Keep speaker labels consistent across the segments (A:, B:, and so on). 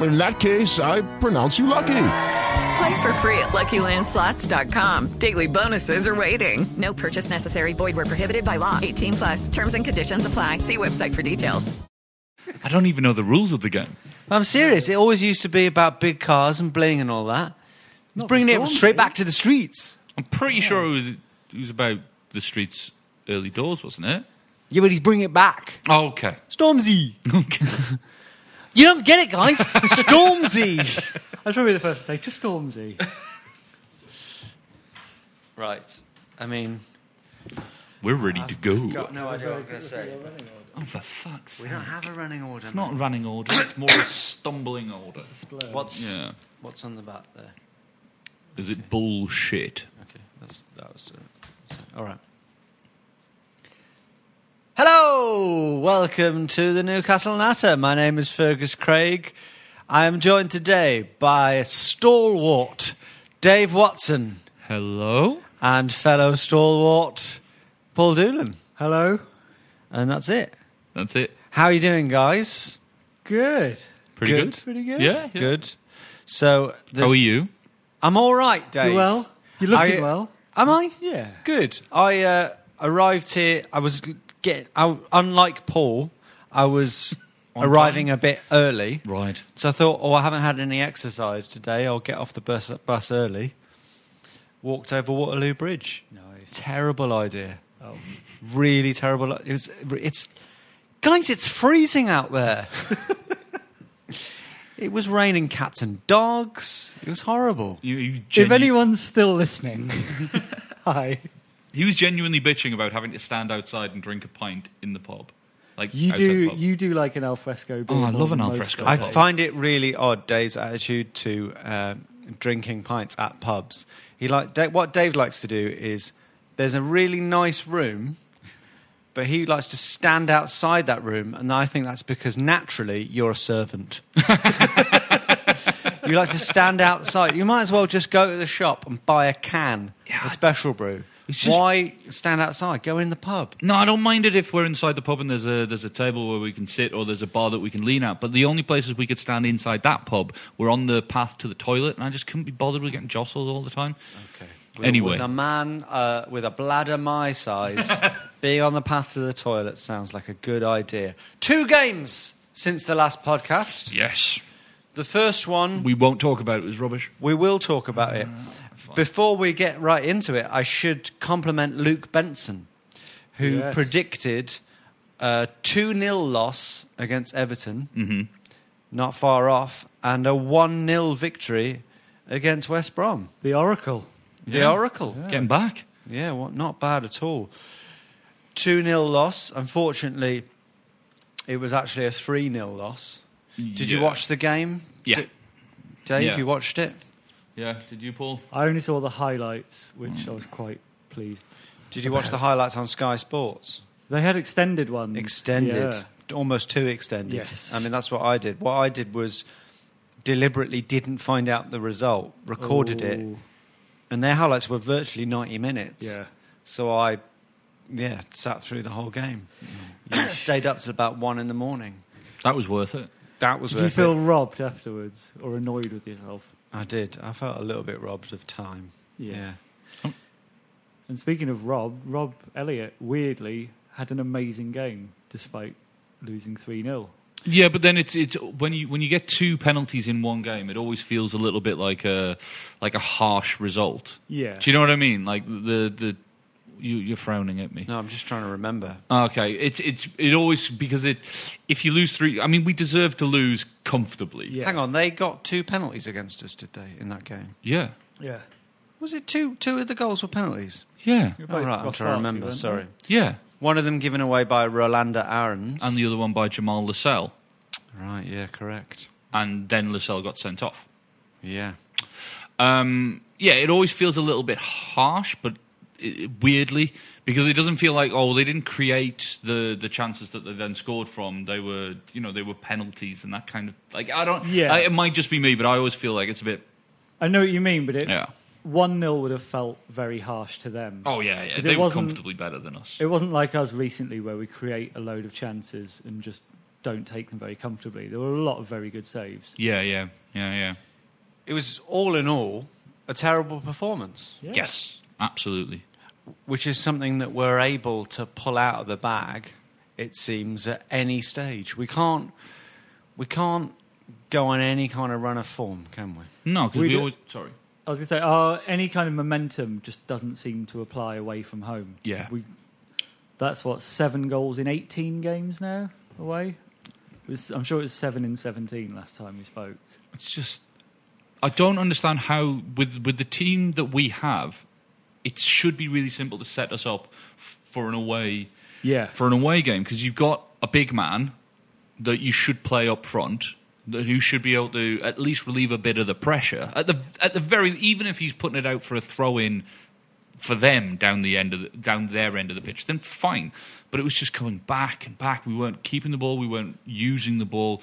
A: In that case, I pronounce you lucky.
B: Play for free at LuckyLandSlots.com. Daily bonuses are waiting. No purchase necessary. Void were prohibited by law. 18 plus. Terms and conditions apply. See website for details.
C: I don't even know the rules of the game.
D: I'm serious. It always used to be about big cars and bling and all that. It's bringing it straight back to the streets.
C: I'm pretty sure it was, it was about the streets early doors, wasn't it?
D: Yeah, but he's bringing it back.
C: Oh, okay.
D: Stormzy.
C: Okay.
D: You don't get it, guys. Stormzy.
E: I'd probably be the first to say, just Stormzy.
D: right. I mean,
C: We're ready to go.
D: no idea what I'm going to say.
C: Oh, for fuck's sake.
D: We don't have a running order.
C: It's not a running order, it's more a stumbling order.
D: What's
C: Yeah.
D: what's on the back there?
C: Is it bullshit?
D: Okay, that's that was. Uh, so- all right. Hello, welcome to the Newcastle Natter. My name is Fergus Craig. I am joined today by stalwart Dave Watson
C: Hello?
D: and fellow stalwart Paul Doolan,
E: Hello.
D: and that's it.
C: That's it.
D: How are you doing, guys?
E: Good.
C: Pretty
D: Good.
C: good.
E: Pretty good.
C: Yeah. yeah.
D: Good. So,
C: How
D: there's-
C: are you?
D: I'm all right, Dave.
E: You well? You're looking
D: I-
E: well.
D: Am I?
E: Yeah.
D: Good. I uh, arrived here. I was get. I, unlike Paul, I was
C: On
D: arriving a bit early.
C: Right.
D: So I thought, oh, I haven't had any exercise today. I'll get off the bus bus early. Walked over Waterloo Bridge.
E: Nice.
D: Terrible idea. Oh. Really terrible. It was. It's guys. It's freezing out there. it was raining cats and dogs. It was horrible.
C: You, you
E: If
C: genu-
E: anyone's still listening, hi.
C: He was genuinely bitching about having to stand outside and drink a pint in the pub. Like
E: You
C: outside the
E: do
C: pub.
E: you do like an alfresco. beer
C: Oh, I
E: more
C: love
E: than
C: an
E: most
C: alfresco.
E: of
D: I
E: us.
C: pub.
D: find it really odd Dave's attitude to um, drinking pints at pubs. He like da- what Dave likes to do is there's a really nice room, but he likes to stand outside that room, and I think that's because naturally you're a servant. you like to stand outside. You might as well just go to the shop and buy a can, a special brew.
C: It's just-
D: Why stand outside? Go in the pub.
C: No, I don't mind it if we're inside the pub and there's a there's a table where we can sit or there's a bar that we can lean at. But the only places we could stand inside that pub were on the path to the toilet, and I just couldn't be bothered with getting jostled all the time.
D: With-
C: Anyway.
D: with a man uh, with a bladder my size being on the path to the toilet sounds like a good idea. Two games since the last podcast.
C: Yes,
D: The first one
C: we won't talk about it. It was rubbish.
D: we will talk about it. Before we get right into it, I should compliment Luke Benson, who
E: Yes.
D: predicted a 2 0 loss against Everton, not far off, and a 1 0 victory against West Brom.
E: The Oracle.
D: The Oracle.
C: Getting back.
D: Yeah, well, not bad at all. 2 0 loss. Unfortunately, it was actually a 3 0 loss. Did you
C: Yeah.
D: watch the game?
C: Yeah.
D: D- Dave,
C: Yeah.
D: you watched it?
C: Yeah. Did you, Paul?
E: I only saw the highlights, which I was quite pleased.
D: Did you watch the highlights on Sky Sports?
E: They had extended ones.
D: Extended.
E: Yeah.
D: Almost too extended.
E: Yes.
D: I mean, that's what I did. What I did was deliberately didn't find out the result, recorded it,
E: Ooh.
D: and their highlights were virtually 90 minutes.
E: Yeah.
D: So I yeah, sat through the whole game. You stayed up till about one in the morning.
C: That was worth it.
D: That was
E: Did
D: worth
E: you feel
D: it.
E: robbed afterwards or annoyed with yourself?
D: I did. I felt a little bit robbed of time. Yeah.
E: And speaking of Rob, Rob Elliott weirdly had an amazing game despite losing 3 0.
C: Yeah, but then it's it's when you when you get two penalties in one game, it always feels a little bit like a like a harsh result.
E: Yeah.
C: Do you know what I mean? Like the the you you're frowning at me.
D: No, I'm just trying to remember.
C: Okay, it's it's it always because it if you lose three, I mean we deserve to lose comfortably.
D: Hang on, they got two penalties against us, did they, in that game?
C: Yeah.
E: Yeah.
D: Was it two? Two of the goals were penalties.
C: Yeah.
D: All right, I'm trying to remember. Sorry.
C: Yeah.
D: One of them given away by Rolanda Aarons.
C: And the other one by Jamal Lascelles.
D: Right. Yeah. Correct.
C: And then Lascelles got sent off.
D: Yeah.
C: Um, yeah, it always feels a little bit harsh, but i weirdly, because it doesn't feel like oh they didn't create the the chances that they then scored from. They were you know they were penalties and that kind of like I don't.
E: Yeah.
C: I, it might just be me, but I always feel like it's a bit
E: I know what you mean, but it
C: yeah.
E: 1 0 would have felt very harsh to them.
C: Oh yeah, yeah.
E: 'Cause
C: They
E: it
C: were
E: wasn't-
C: comfortably better than us.
E: It wasn't like us recently where we create a load of chances and just don't take them very comfortably. There were a lot of very good saves.
C: Yeah, yeah, yeah, yeah.
D: It was all in all a terrible performance,
C: Yes, absolutely.
D: which is something that we're able to pull out of the bag. It seems at any stage we can't we can't go on any kind of run of form, can we?
C: No, because
E: We
C: we,
E: do-
C: always sorry.
E: I was going to say, uh, any kind of momentum just doesn't seem to apply away from home.
C: Yeah.
E: We, that's what, seven goals in 18 games now away? It was, I'm sure it was seven in 17 last time we spoke.
C: It's just I don't understand how with with the team that we have, it should be really simple to set us up f- for an away
E: Yeah.
C: for an away game because you've got a big man that you should play up front that who should be able to at least relieve a bit of the pressure at the at the very even if he's putting it out for a throw in for them down the end of the, down their end of the pitch then fine but it was just coming back and back we weren't keeping the ball we weren't using the ball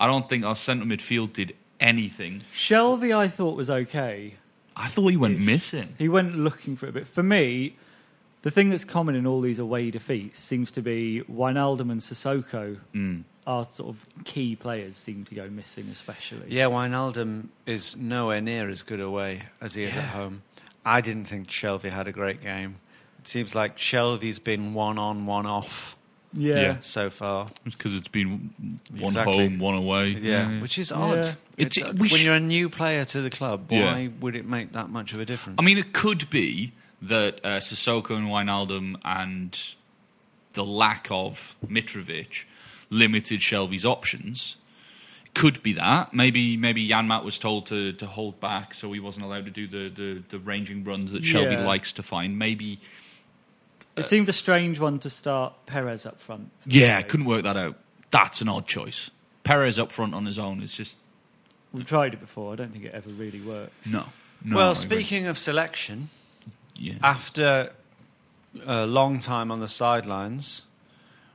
C: i don't think our centre midfield did anything
E: Shelby, I thought, was okay.
C: i thought he went missing
E: He went looking for it, but for me, the thing that's common in all these away defeats seems to be Wijnaldum and Sissoko, our sort of key players, seem to go missing, especially.
D: Yeah, Wijnaldum is nowhere near as good away as he is at home. I didn't think Shelby had a great game. It seems like Shelby's been one on, one off
E: Yeah.
C: Yeah.
D: so far.
C: because it's been one
D: Exactly.
C: home one away
D: Yeah, which is odd.
E: Yeah.
D: It's,
C: It's-
D: odd.
C: we
D: when
C: sh-
D: you're a new player to the club, why
C: Yeah.
D: would it make that much of a difference?
C: I mean, it could be that uh, Sissoko and Wijnaldum and the lack of Mitrovic limited Shelby's options. Could be that. Maybe maybe Janmat was told to, to hold back, so he wasn't allowed to do the, the, the ranging runs that Shelby
E: Yeah.
C: likes to find. Maybe. uh,
E: It seemed a strange one to start Perez up front.
C: Yeah, couldn't work that out. That's an odd choice. Perez up front on his own is just.
E: We've tried it before. I don't think it ever really works.
C: No. no I
D: well,
C: agree.
D: speaking of selection,
C: Yeah.
D: after a long time on the sidelines,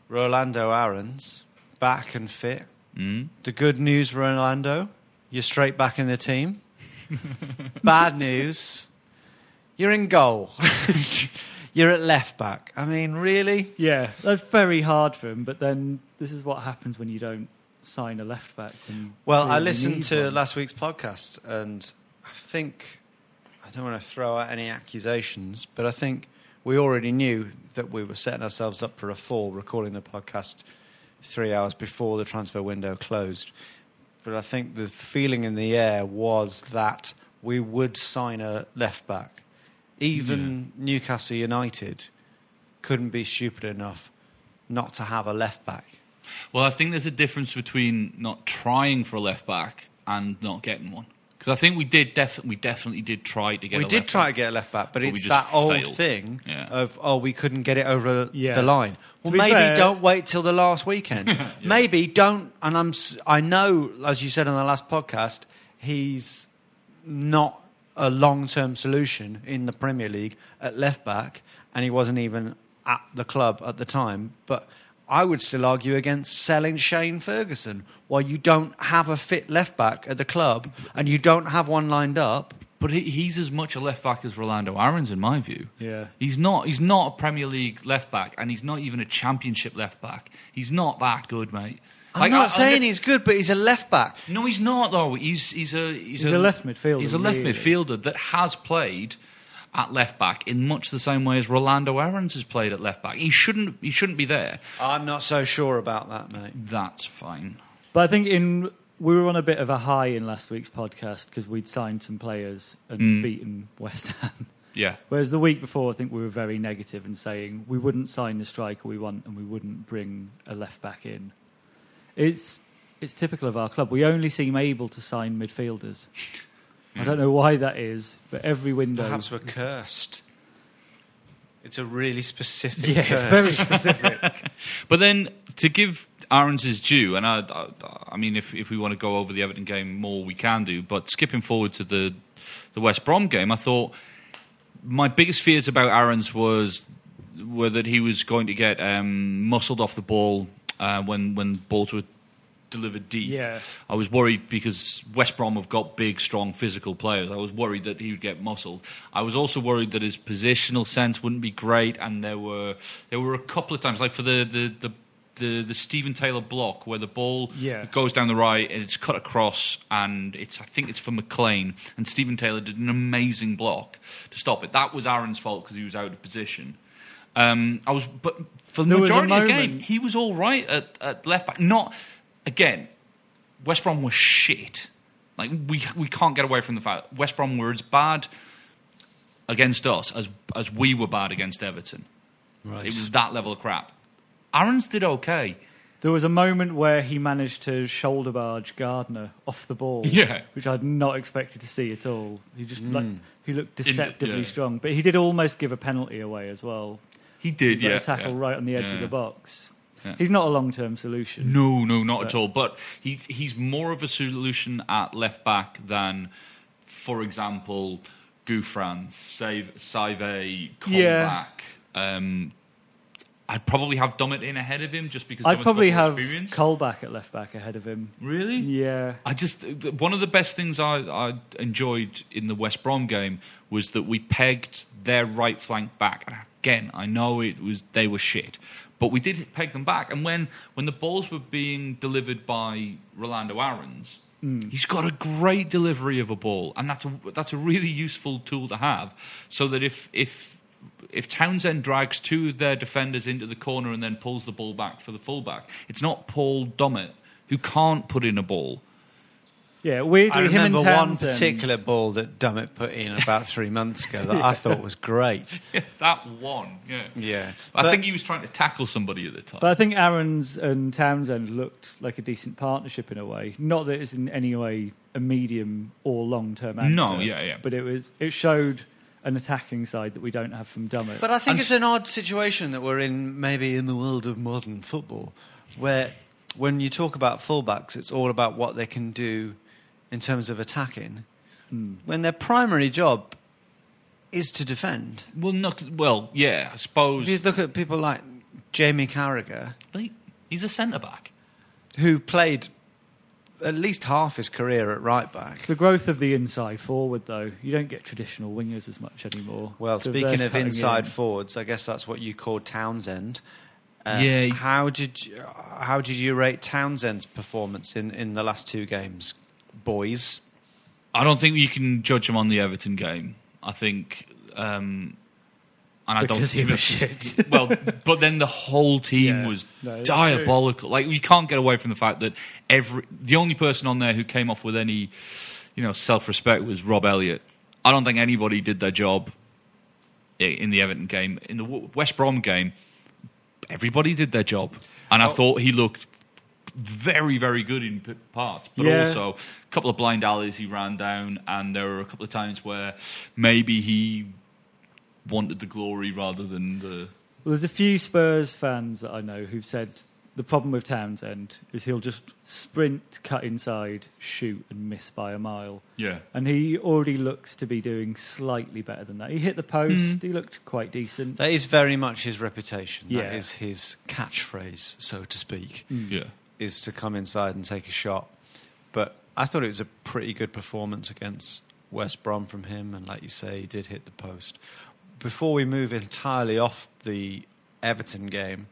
D: Rolando Aaron's back and fit.
C: Mm.
D: The good news, Rolando, you're straight back in the team. Bad news, you're in goal. you're at left back. I mean, really?
E: Yeah, that's very hard for him. But then this is what happens when you don't sign a left back. when
D: Well,
E: you
D: I
E: really
D: listened
E: need
D: to
E: one.
D: last week's podcast, and I think I don't want to throw out any accusations, but I think we already knew that we were setting ourselves up for a fall recording the podcast three hours before the transfer window closed. But I think the feeling in the air was that we would sign a left back. Even Newcastle United couldn't be stupid enough not to have a left back.
C: Well, I think there's a difference between not trying for a left back and not getting one. Because I think we did def- we definitely did try to get.
D: we
C: a
D: did
C: left
D: try
C: back.
D: to get a left back, but,
C: But we
D: it's
C: just
D: that old
C: failed.
D: thing
C: Yeah.
D: of oh, we couldn't get it over
E: Yeah.
D: the line. Well,
E: be
D: maybe
E: fair-
D: don't wait till the last weekend. Maybe don't. And I'm s- I know, as you said on the last podcast, he's not a long-term solution in the Premier League at left back, and he wasn't even at the club at the time. But I would still argue against selling Shane Ferguson. While you don't have a fit left back at the club, and you don't have one lined up.
C: But he, he's as much a left back as Rolando Aaron's, in my view.
E: Yeah.
C: He's not. He's not a Premier League left back, and he's not even a Championship left back. He's not that good, mate.
D: I'm not saying he's good, but he's a left back.
C: No, he's not though. He's he's a he's,
E: He's a left midfielder,
C: He's a left
E: really.
C: midfielder that has played at left back in much the same way as Rolando Aaron's has played at left back. He shouldn't he shouldn't be there.
D: I'm not so sure about that, mate.
C: That's fine.
E: But I think in we were on a bit of a high in last week's podcast because we'd signed some players and
C: Mm.
E: beaten West Ham.
C: Yeah.
E: Whereas the week before, I think we were very negative and saying we wouldn't sign the striker we want and we wouldn't bring a left back in. It's it's typical of our club. We only seem able to sign midfielders. I don't know why that is, but every window
D: Perhaps we're cursed. It's a really specific.
E: Yeah, it's
D: curse.
E: very specific.
C: But then to give Aaron's his due, and I, I, I mean, if if we want to go over the Everton game more, we can do. But skipping forward to the the West Brom game, I thought my biggest fears about Aaron's was were that he was going to get um, muscled off the ball uh, when when balls were delivered deep.
E: Yeah.
C: I was worried because West Brom have got big, strong, physical players. I was worried that he would get muscled. I was also worried that his positional sense wouldn't be great, and there were there were a couple of times, like for the the the the, the Stephen Taylor block where the ball
E: Yeah.
C: goes down the right and it's cut across and it's I think it's for McLean and Stephen Taylor did an amazing block to stop it. That was Aaron's fault because he was out of position. Um, I was but for the
E: There was a
C: majority of the game
E: moment-
C: he was all right at, at left back. Not again. West Brom were shit. Like we we can't get away from the fact West Brom were as bad against us as as we were bad against Everton.
D: Right.
C: It was that level of crap. Aaron's did okay.
E: There was a moment where he managed to shoulder barge Gardner off the ball,
C: Yeah.
E: which I'd not expected to see at all. He just like,
C: Mm.
E: he looked
C: In-
E: deceptively
C: yeah.
E: strong, but he did almost give a penalty away as well.
C: He did,
E: He was, like,
C: yeah,
E: a tackle
C: yeah.
E: right on the edge of
C: Yeah.
E: the box.
C: Yeah.
E: He's not a long-term solution.
C: No, no, not
E: But-
C: at all. But he he's more of a solution at left back than, for example, Gouffran, Save Save,
E: Yeah.
C: Colback. Um, I'd probably have Dummett in ahead of him just because
E: I'd
C: Dummett's
E: probably
C: got more
E: have
C: experience.
E: Colback at left back ahead of him.
C: Really?
E: Yeah.
C: I just th- one of the best things I, I enjoyed in the West Brom game was that we pegged their right flank back. And again, I know it was they were shit, but we did peg them back. And when when the balls were being delivered by Rolando Aaron's,
E: Hmm.
F: Mm.
C: he's got a great delivery of a ball, and that's a that's a really useful tool to have. So that if if if Townsend drags two of their defenders into the corner and then pulls the ball back for the fullback, it's not Paul Dummett who can't put in a ball.
E: Yeah, weirdly,
D: I
E: him
D: remember
E: and
D: one
E: Townsend.
D: particular ball that Dummett put in about three months ago that
E: Yeah.
D: I thought was great.
C: that one, yeah.
D: Yeah.
C: I
D: But-
C: think he was trying to tackle somebody at the time.
E: But I think Aaron's and Townsend looked like a decent partnership in a way. Not that it's in any way a medium or long term answer.
C: No, yeah, yeah.
E: But it was it showed an attacking side that we don't have from Dummett.
D: But I think it's an odd situation that we're in, maybe in the world of modern football, where when you talk about fullbacks, it's all about what they can do in terms of attacking,
E: Hmm.
D: when their primary job is to defend.
C: Well, no, 'cause- well, yeah, I suppose.
D: If you look at people like Jamie Carragher,
C: he's a centre back
D: who played at least half his career at right back.
E: it's the growth of the inside forward though. You don't get traditional wingers as much anymore.
D: Well,
E: So they're
D: speaking of
E: cutting
D: inside
E: in.
D: forwards, I guess that's what you called Townsend.
E: Uh,
C: Yeah.
D: How did you, how did you rate Townsend's performance in, in the last two games, boys?
C: I don't think you can judge him on the Everton game. I think, um, and I don't
E: Because he
C: think-
E: was shit.
C: well, but then the whole team was
E: No, it's
C: diabolical. Like you can't get away from the fact that every the only person on there who came off with any, you know, self respect was Rob Elliott. I don't think anybody did their job i- in the Everton game. In the W- West Brom game, everybody did their job, and I
D: Oh.
C: thought he looked very, very good in p- parts, but
D: Yeah.
C: also a couple of blind alleys he ran down, and there were a couple of times where maybe he wanted the glory rather than the.
E: Well, there's a few Spurs fans that I know who've said the problem with Townsend is he'll just sprint, cut inside, shoot, and miss by a mile.
C: Yeah.
E: And he already looks to be doing slightly better than that. He hit the post,
D: Mm.
E: he looked quite decent.
D: That is very much his reputation.
E: Yeah.
D: That is his catchphrase, so to speak.
E: Mm.
C: Yeah.
D: Is to come inside and take a shot. But I thought it was a pretty good performance against West Brom from him, and like you say, he did hit the post. Before we move entirely off the Everton game,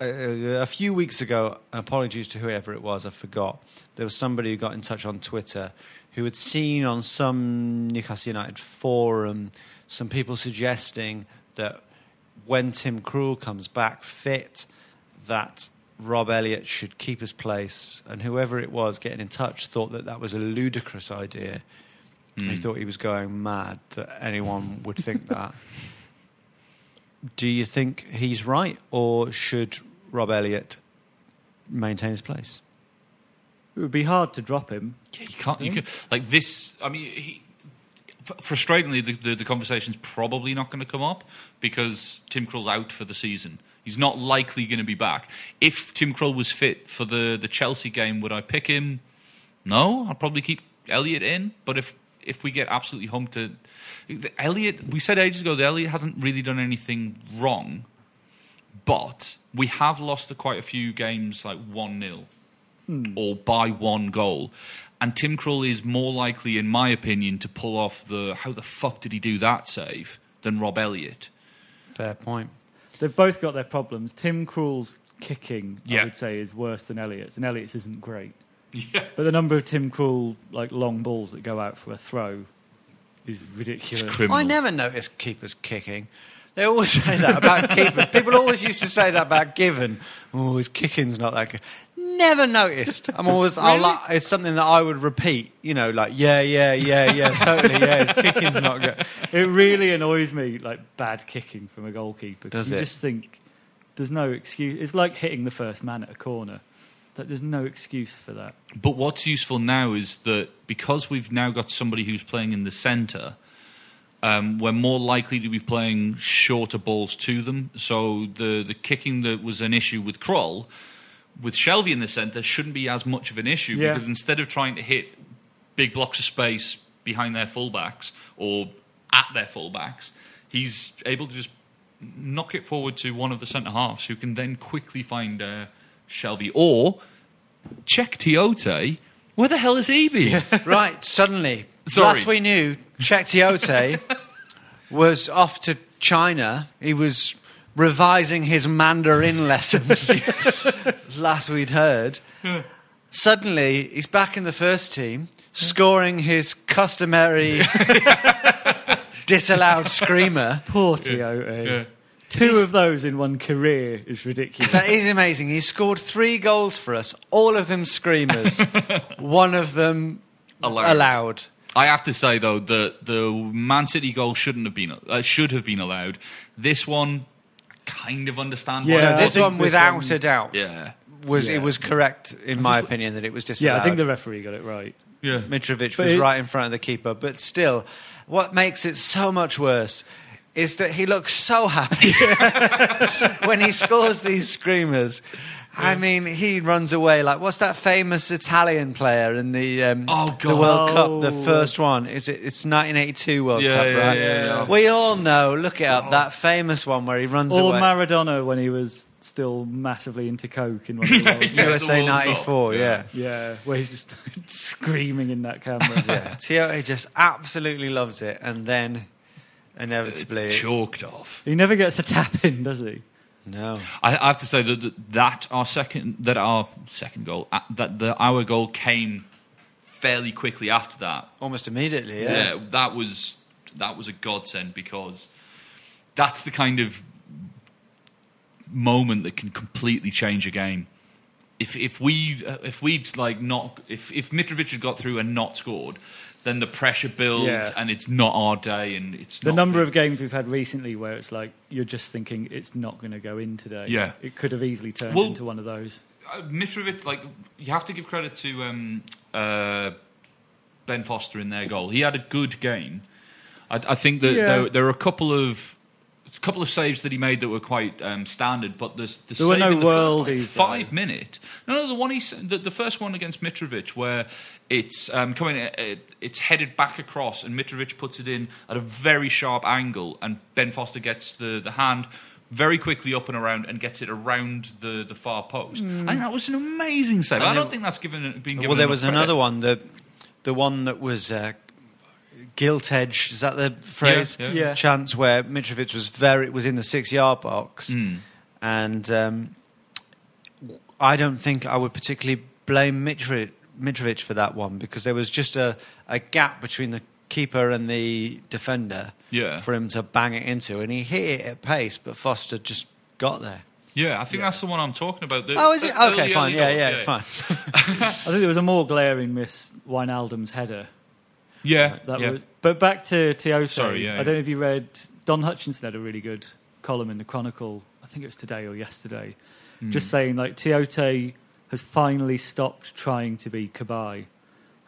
D: uh, a, a few weeks ago, apologies to whoever it was, I forgot. There was somebody who got in touch on Twitter who had seen on some Newcastle United forum some people suggesting that when Tim Krul comes back fit, that Rob Elliott should keep his place. And whoever it was getting in touch thought that that was a ludicrous idea. He
C: Mm.
D: thought he was going mad that anyone would think that. Do you think he's right, or should Rob Elliott maintain his place?
E: It would be hard to drop him.
C: Yeah, you can't. You can, like this. I mean, he, f- frustratingly, the, the the conversation's probably not going to come up because Tim Krul's out for the season. He's not likely going to be back. If Tim Krull was fit for the the Chelsea game, would I pick him? No, I'll probably keep Elliot in. But if if we get absolutely humped, to Elliot, we said ages ago that Elliot hasn't really done anything wrong, but we have lost to quite a few games like one 0 or by one goal. And Tim Krul is more likely, in my opinion, to pull off the how the fuck did he do that save than Rob Elliott.
D: Fair point.
E: They've both got their problems. Tim Krul's kicking,
C: Yeah.
E: I would say, is worse than Elliott's, and Elliott's isn't great. But the number of Tim Krul like long balls that go out for a throw is ridiculous.
D: I never noticed keepers kicking. They always say that about keepers. People always used to say that about Given. Oh, his kicking's not that good. Never noticed. I'm always. I'll,
F: Really?
D: like- it's something that I would repeat. You know, like yeah, yeah, yeah, yeah, totally. Yeah, his kicking's not good.
E: It really annoys me, like bad kicking from a goalkeeper. 'cause
D: Does
E: you
D: it?
E: just think there's no excuse. It's like hitting the first man at a corner. It's like, there's no excuse for that.
C: But what's useful now is that because we've now got somebody who's playing in the centre, um, we're more likely to be playing shorter balls to them. So the the kicking that was an issue with Kroll, with Shelby in the centre, shouldn't be as much of an issue
E: Yeah.
C: because instead of trying to hit big blocks of space behind their fullbacks or at their fullbacks, he's able to just knock it forward to one of the centre halves who can then quickly find uh, Shelby or check Tiote. Where the hell has he been?
D: right, suddenly.
C: Sorry.
D: Last we knew, Chekhtiote was off to China. He was revising his Mandarin lessons. last we'd heard. Suddenly, he's back in the first team, scoring his customary disallowed screamer.
E: Poor Tiote. Two of those in one career is ridiculous.
D: That is amazing. He scored three goals for us, all of them screamers, one of them
C: Allowed.
D: allowed.
C: I have to say though that the Man City goal shouldn't have been uh, should have been allowed. This one, kind of understandable.
D: Yeah, this one without a doubt
C: Yeah,
D: was
C: Yeah.
D: it was correct in my opinion that it was
E: yeah,
D: disallowed.
E: I think the referee got it right.
C: Yeah.
D: Mitrovic
E: But
D: was right
E: it's-
D: in front of the keeper, but still, what makes it so much worse is that he looks so happy when he scores these screamers. I mean, he runs away like what's that famous Italian player in the um, the
C: God.
D: World
C: Oh.
D: Cup, the first one? Is it? It's 1982 World
C: Yeah,
D: Cup,
C: yeah,
D: right?
C: yeah, yeah. Oh.
D: We all know. Look it up. That famous one where he runs
E: Or
D: away.
E: Maradona when he was still massively into coke in one of the World Cups.
D: USA '94. yeah.
E: Yeah, where he's just screaming in that camera.
D: yeah, Tiote just absolutely loves it, and then inevitably
C: chalked off.
E: He never gets a tap in, does he?
D: No.
C: I, I have to say that that our second that our second goal uh, that the our goal came fairly quickly after that.
D: Almost immediately, yeah.
C: that was that was a godsend because that's the kind of moment that can completely change a game. If if we uh, if we'd like not if if Mitrovic had got through and not scored, then the pressure builds
E: Yeah.
C: and it's not our day and it's
E: The
C: not
E: number of games we've had recently where it's like you're just thinking it's not going to go in today.
C: Yeah.
E: it could have easily turned
C: Well-
E: into one of those.
C: uh, Mitrovic, like you have to give credit to um, uh, Ben Foster in their goal. He had a good game. I, I think that
E: Yeah.
C: there, there were a couple of a couple of saves that he made that were quite um, standard, but the, the
E: There were
C: save
E: no
C: in the first, like,
E: worldies, though.
C: five minute. No, no, the one he s- the, the first one against Mitrovic where it's um, coming, it, it's headed back across, and Mitrovic puts it in at a very sharp angle, and Ben Foster gets the, the hand very quickly up and around and gets it around the, the far post.
D: Mm.
C: I think that was an amazing save.
D: And
C: I
D: there-
C: don't think that's given been given.
D: Well, there
C: enough
D: was
C: credit.
D: another one, the the one that was uh, gilt edge. Is that the phrase?
C: yeah. Yeah.
D: Chance where Mitrovic was very was in the six yard box,
C: Mm.
D: and um, I don't think I would particularly blame Mitrovic, Mitrovic for that one because there was just a, a gap between the keeper and the defender
C: Yeah.
D: for him to bang it into, and he hit it at pace, but Foster just got there.
C: Yeah, I think that's the one I'm talking about. The-
D: Oh, is
C: the
D: it? Okay,
C: early,
D: fine.
C: early
D: Yeah,
C: goals,
D: yeah, fine.
E: I think there was a more glaring miss Wijnaldum's header.
C: Yeah,
E: that
C: yeah.
E: was. But back to Tiote.
C: Sorry, yeah,
E: I
C: yeah.
E: don't know if you read. Don Hutchinson had a really good column in the Chronicle. I think it was today or yesterday,
F: Mm.
E: just saying like Tiote has finally stopped trying to be Kabai,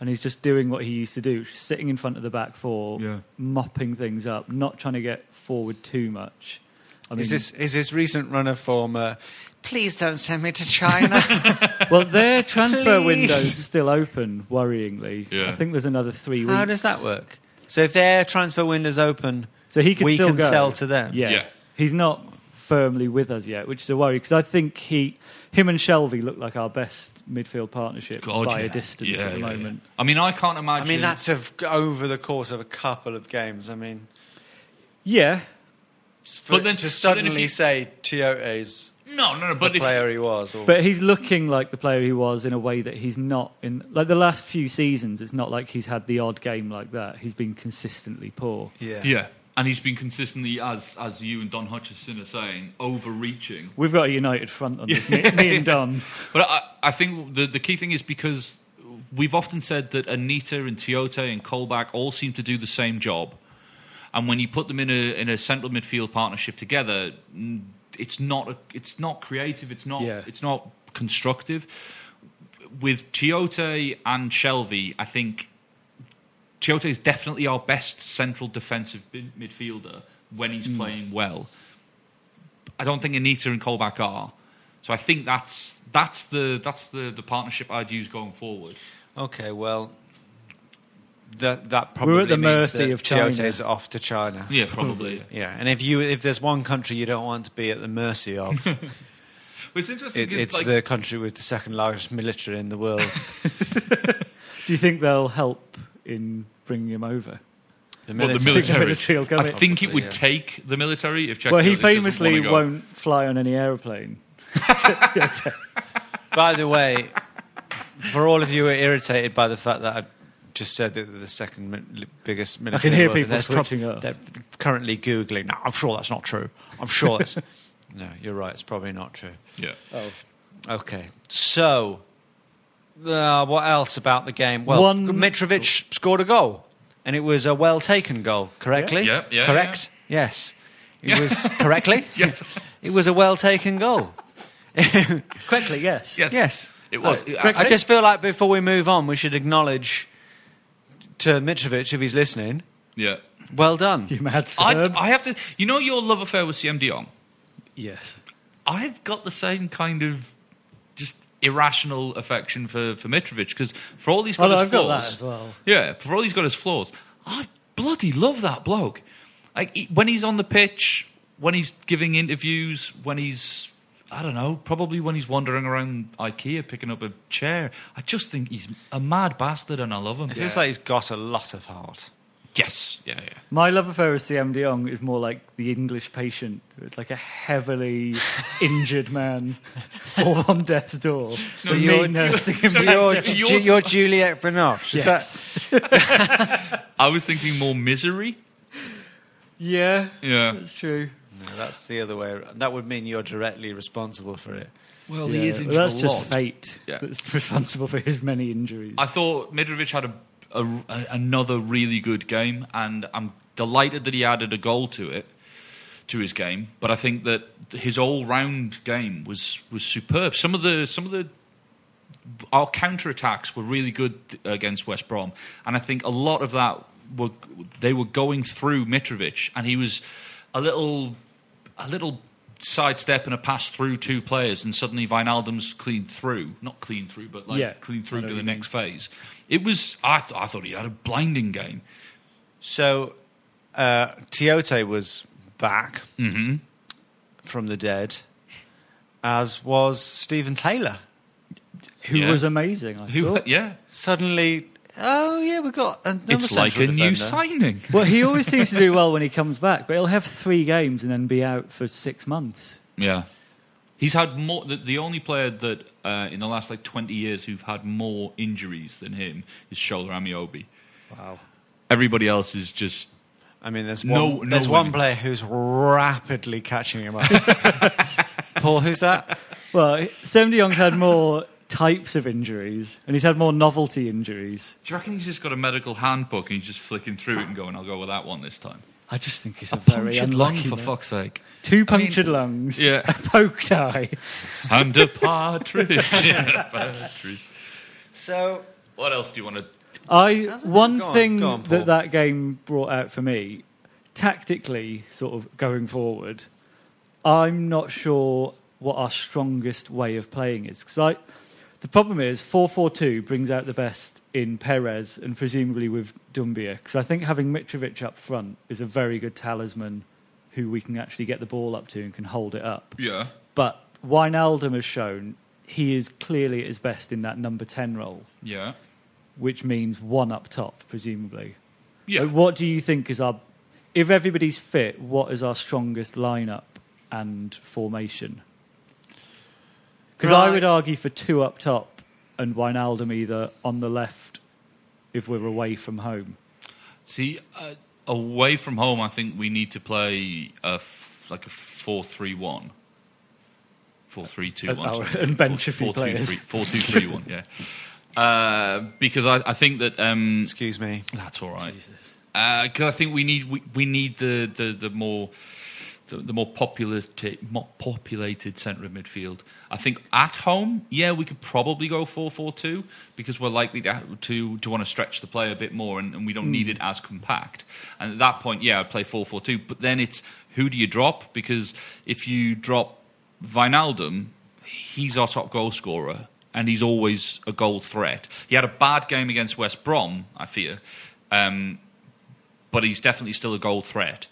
E: and he's just doing what he used to do, which is sitting in front of the back four,
D: Yeah.
E: mopping things up, not trying to get forward too much. I
D: is
E: mean-
D: this is this recent runner form? Uh, Please don't send me to China.
E: well, their transfer
D: Please.
E: window's still open, worryingly.
D: Yeah.
E: I think there's another three weeks.
D: How does that work? So if their transfer window's open,
E: So he could
D: we
E: still
D: can
E: go.
D: sell to them.
E: Yeah. He's not firmly with us yet, which is a worry because I think he, him and Shelby look like our best midfield partnership
C: God,
E: by
C: yeah.
E: a distance
C: Yeah,
E: at the
C: yeah, yeah.
E: moment.
C: I mean, I can't imagine.
D: I mean, that's a, over the course of a couple of games. I mean,
E: Yeah.
D: for,
C: But then-
D: to
C: but then if
D: suddenly
C: you-
D: say Tiote's
C: no, no, no, but
D: the
C: if-
D: player he was, or,
E: But he's looking like the player he was in a way that he's not in. Like the last few seasons, it's not like he's had the odd game like that. He's been consistently poor.
D: yeah.
C: and he's been consistently, as as you and Don Hutchinson are saying, overreaching.
E: We've got a united front on this, me, me and Don.
C: But I, I think the the key thing is because we've often said that Anita and Tiote and Colback all seem to do the same job, and when you put them in a in a central midfield partnership together, mm, it's not a, it's not creative. It's not
E: Yeah.
C: it's not constructive. With Tiote and Shelby, I think Tiote is definitely our best central defensive mid- midfielder when he's
E: Mm.
C: playing well. I don't think Anita and Colback are. So I think that's that's the that's the, the partnership I'd use going forward.
D: Okay, well, that that probably
E: We're at the
D: means
E: mercy
D: that
E: of China.
D: Tiote's off to China.
C: Yeah, probably.
D: yeah, and if you if there's one country you don't want to be at the mercy of, it-
C: But it's interesting. because,
D: it's
C: like,
D: the country with the second largest military in the world.
E: Do you think they'll help in bringing him over?
C: well, the
E: Do you think
C: military.
E: will come
C: I
E: in?
C: think it would take the military if. Czech
E: well, he
C: Republic doesn't
E: famously
C: wanna go.
E: won't fly on any aeroplane.
D: By the way, for all of you who are irritated by the fact that I've just said that they're the second mi- biggest military. in the
E: hear
D: world,
E: people
D: they're prob-
E: switching up.
D: They're currently Googling. No, I'm sure that's not true. I'm sure that's. no, you're right. It's probably not true.
C: Yeah.
E: Oh.
D: Okay. So, uh, what else about the game? Well,
E: One-
D: Mitrovic scored a goal, and it was a well taken goal, correctly?
C: Yeah. Yeah, yeah,
D: Correct? Yes. It was correctly? yes. It was a well taken goal.
E: Quickly, yes.
C: Yes. It was.
D: Uh, I- I just feel like before we move on, we should acknowledge to Mitrovic, if he's listening,
C: Yeah.
D: well done.
E: You mad
C: I, I have to. You know your love affair with CM Dion.
E: Yes.
C: I've got the same kind of just irrational affection for for Mitrovic because for all he's got
E: Although Oh,
C: his
E: I've got
C: flaws,
E: that as well.
C: Yeah, for all he's got his flaws, I bloody love that bloke. Like he- when he's on the pitch, when he's giving interviews, when he's I don't know, probably when he's wandering around IKEA picking up a chair. I just think he's a mad bastard, and I love him.
D: It feels like he's got a lot of heart.
C: Yes. Yeah. Yeah.
E: My love affair with CM de Jong is more like the English patient. It's like a heavily injured man all on death's door.
D: So
E: Me
D: you're,
E: nursing him
D: so
E: back
D: you're,
E: down.
D: Ju- you're Juliette Binoche. Is
E: Yes.
D: that-
C: I was thinking more misery.
E: Yeah.
C: Yeah.
E: That's true.
D: No, that's the other way. That would mean you're directly responsible for it.
C: Well,
E: Yeah, That's just fate that's responsible for his many injuries.
C: I thought Mitrovic had a, a- a- another really good game, and I'm delighted that he added a goal to it to his game. But I think that his all-round game was was superb. Some of the some of the our counter attacks were really good against West Brom, and I think a lot of that were they were going through Mitrovic, and he was a little a little sidestep and a pass through two players, and suddenly Vinaldum's clean through, not clean through, but like
E: Yeah,
C: clean
E: I
C: through
E: know
C: to
E: what
C: the
E: you mean.
C: next phase. It was I th- I thought he had a blinding game.
D: So, uh, Tiote was back
C: Mhm.
D: from the dead, as was Stephen Taylor,
E: Who
C: Yeah.
E: was amazing, I
C: Who
E: thought.
C: yeah
D: Suddenly, Oh yeah, we got another
C: It's like
D: central
C: a new
D: defender.
C: signing.
E: Well, he always seems to do well when he comes back, but he'll have three games and then be out for six months.
C: Yeah. He's had more. The, the only player that uh, in the last like 20 years who've had more injuries than him is Shola Amiobi.
D: Wow.
C: Everybody else is just.
D: I mean, there's
C: no,
D: one,
C: no
D: there's one
C: winning.
D: player who's rapidly catching him up. Paul, who's that?
E: Well, Sam de Jong's had more types of injuries, and he's had more novelty injuries.
C: Do you reckon he's just got a medical handbook and he's just flicking through it and going, "I'll go with that one this time"?
E: I just think he's
C: a,
E: a, very
C: punctured lung,
E: unlucky
C: for
E: man.
C: fuck's sake.
E: Two punctured lungs.
C: yeah.
E: A poked eye.
C: And a partridge in a pear tree.
D: So
C: What else do you want to?
E: I one
C: Go on,
E: thing
C: go on, Paul.
E: that that game brought out for me, tactically, sort of going forward, I'm not sure what our strongest way of playing is because I. The problem is four four two brings out the best in Perez and presumably with Dumbia because I think having Mitrovic up front is a very good talisman who we can actually get the ball up to and can hold it up.
C: Yeah.
E: But Wijnaldum has shown he is clearly at his best in that number 10 role
C: Yeah.
E: which means one up top, presumably.
C: Yeah.
E: Uh, What do you think is our, if everybody's fit, what is our strongest lineup and formation? Because I
D: Right.
E: would argue for two up top and Wijnaldum either on the left if we're away from home.
C: See, uh, away from home, I think we need to play a f- like a four-three-one. Four-three-two-one.
E: Oh, and bench a few players.
C: Four-two-three-one. Yeah. Uh, because I, I think that um,
D: excuse me,
C: that's all right. Because I think we need we, we need the, the, the more the, the more populated more populated centre of midfield. I think at home, yeah, we could probably go four four two because we're likely to to, to want to stretch the play a bit more, and, and we don't need it as compact. And at that point, yeah, I play four four two. But then it's who do you drop? Because if you drop Vinaldum, he's our top goal scorer and he's always a goal threat. He had a bad game against West Brom, I fear, um, but he's definitely still a goal threat.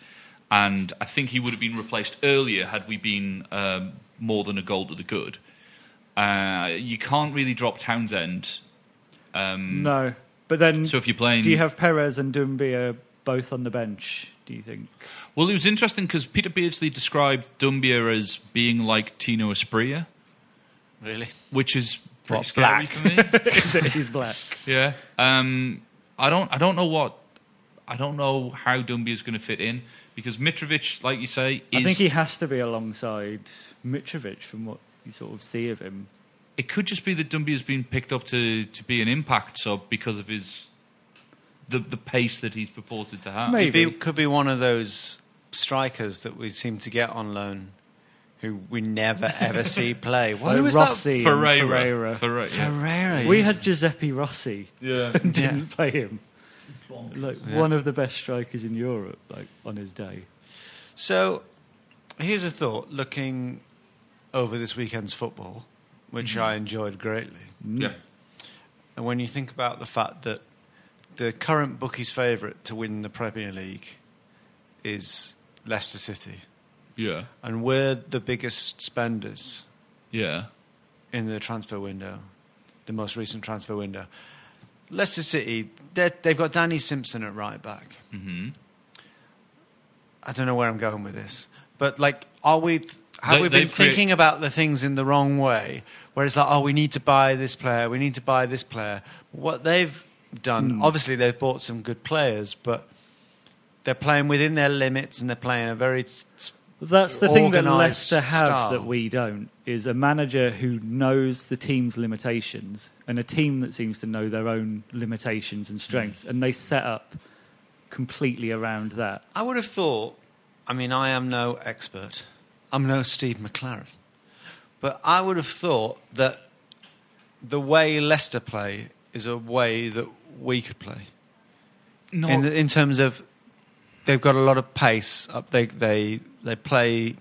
C: And I think he would have been replaced earlier had we been um, more than a goal to the good. Uh, you can't really drop Townsend. Um,
E: No. But then,
C: So if you're playing,
E: do you have Perez and Dumbia both on the bench, do you think?
C: Well, it was interesting because Peter Beardsley described Dumbia as being like Tino Espria,
D: Really?
C: which is pretty
D: What,
C: scary
D: black?
C: for me.
E: He's black.
C: Yeah. Um, I don't. I don't know what. I don't know how Dumbia is going to fit in because Mitrovic, like you say, is
E: I think he has to be alongside Mitrovic from what you sort of see of him.
C: it could just be that Dumbia's been picked up to, to be an impact sub because of his the the pace that he's purported to have.
E: Maybe.
D: He be- could be one of those strikers that we seem to get on loan, who we never ever see play. What
E: Like
D: was
E: Oh, Rossi and
C: Ferreira.
E: Ferreira.
C: Ferreira.
D: that? Ferreira.
E: We had Giuseppe Rossi.
C: Yeah.
E: and didn't play him. Like
D: Yeah.
E: one of the best strikers in Europe, like on his day.
D: So, here's a thought: looking over this weekend's football, which
E: Mm-hmm.
D: I enjoyed greatly,
C: yeah.
D: and when you think about the fact that the current bookies' favourite to win the Premier League is Leicester City,
C: Yeah.
D: and we're the biggest spenders
C: Yeah.
D: in the transfer window, the most recent transfer window. Leicester City, they're- they've got Danny Simpson at right back.
C: Mm-hmm.
D: I don't know where I'm going with this, but like, are we? th- Have
C: They-
D: we been
C: they've crea-
D: thinking about the things in the wrong way? Where it's like, oh, we need to buy this player, we need to buy this player. What they've done,
C: Hmm.
D: obviously, they've bought some good players, but they're playing within their limits and they're playing a very. s- s-
E: That's the thing that
D: organised
E: Leicester have
D: style.
E: that we don't is a manager who knows the team's limitations and a team that seems to know their own limitations and strengths, and they set up completely around that.
D: I would have thought. I mean, I am no expert. I'm no Steve McLaren, but I would have thought that the way Leicester play is a way that we could play.
C: No.
D: in, in terms of they've got a lot of pace up they they they play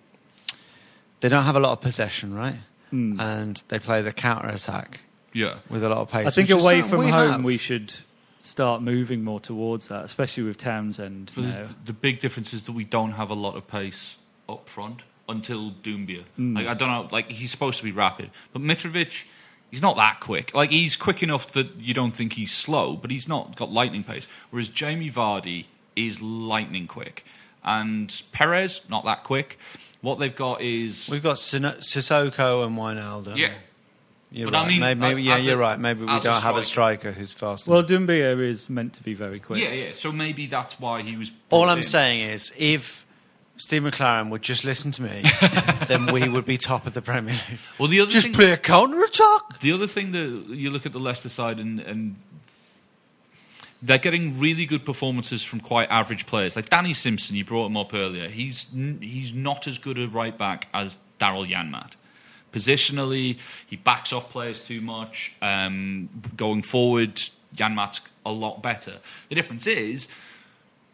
D: they don't have a lot of possession right
E: Hmm.
D: and they play the counter attack
C: yeah.
D: with a lot of pace
E: I think
D: which is
E: away
D: something
E: from home,
D: have.
E: we should start moving more towards that, especially with Townsend.
C: But
E: now.
C: the, the big difference is that we don't have a lot of pace
D: Mm.
C: up front until Doombia. Like I don't know, like he's supposed to be rapid, but Mitrovic, He's not that quick. Like he's quick enough that you don't think he's slow, but he's not got lightning pace. Whereas Jamie Vardy is lightning quick, and Perez not that quick. What they've got is
D: We've got Sin- Sissoko and Wijnaldum.
C: Yeah.
D: You're
C: But I
D: right.
C: mean,
D: maybe, maybe-
C: uh,
D: yeah,
C: as
D: you're
C: a-
D: right. Maybe we
C: as a
D: don't have a striker who's fast.
E: Well, Dumbia is meant to be very quick.
C: yeah, yeah. So maybe that's why he was.
D: All
C: brought
D: I'm
C: in.
D: saying is, if Steve McLaren would just listen to me, then we would be top of the Premier League.
C: Well, the other
D: just
C: thing-
D: play a counter attack.
C: The other thing that you look at the Leicester side and, and they're getting really good performances from quite average players. Like Danny Simpson, you brought him up earlier. He's n- he's not as good a right back as Daryl Yanmat. Positionally, he backs off players too much. Um, going forward, Yanmat's a lot better. The difference is,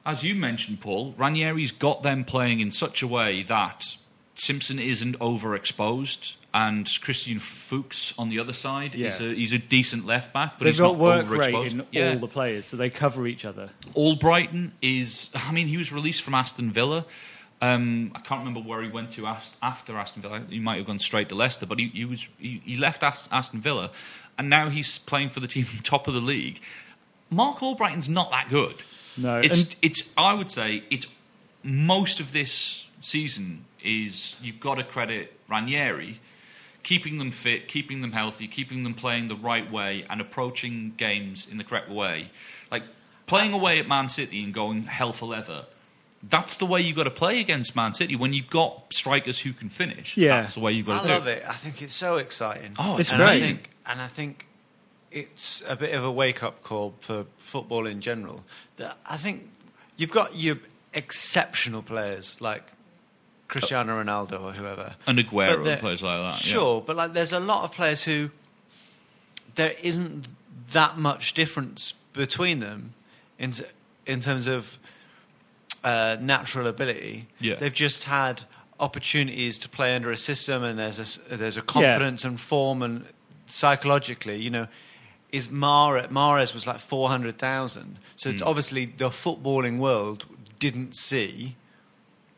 C: as you mentioned, Paul, Ranieri's got them playing in such a way that Simpson isn't overexposed, and Christian Fuchs on the other side
E: Yeah.
C: is a he's a decent left back, but
E: They've
C: he's
E: got
C: not
E: work rate
C: overexposed.
E: in
C: yeah.
E: all the players, so they cover each other.
C: Albrighton is. I mean, he was released from Aston Villa. Um, I can't remember where he went to ast- after Aston Villa. He might have gone straight to Leicester, but he, he was he, he left Ast- Aston Villa, and now he's playing for the team top of the league. Mark Albrighton's not that good.
E: No,
C: it's
E: and-
C: it's. I would say it's most of this season is you've got to credit Ranieri keeping them fit, keeping them healthy, keeping them playing the right way and approaching games in the correct way. Like playing away at Man City and going hell for leather. That's the way you've got to play against Man City when you've got strikers who can finish.
D: Yeah.
C: That's the way you've got
D: I
C: to do
D: love it. I think it's so exciting.
C: Oh, it's
D: and I
C: great.
D: think, and I think it's a bit of a wake up call for football in general. That I think you've got your exceptional players like Cristiano Ronaldo or whoever,
C: And Aguero
D: But there-
C: and players like that, yeah.
D: Sure, but like there's a lot of players who there isn't that much difference between them in t- in terms of uh, natural ability.
C: Yeah.
D: They've just had opportunities to play under a system, and there's a s- there's a confidence and form and psychologically, you know, is Mara Mares was like four hundred thousand. So it's
E: Hmm.
C: Mm.
D: obviously the footballing world didn't see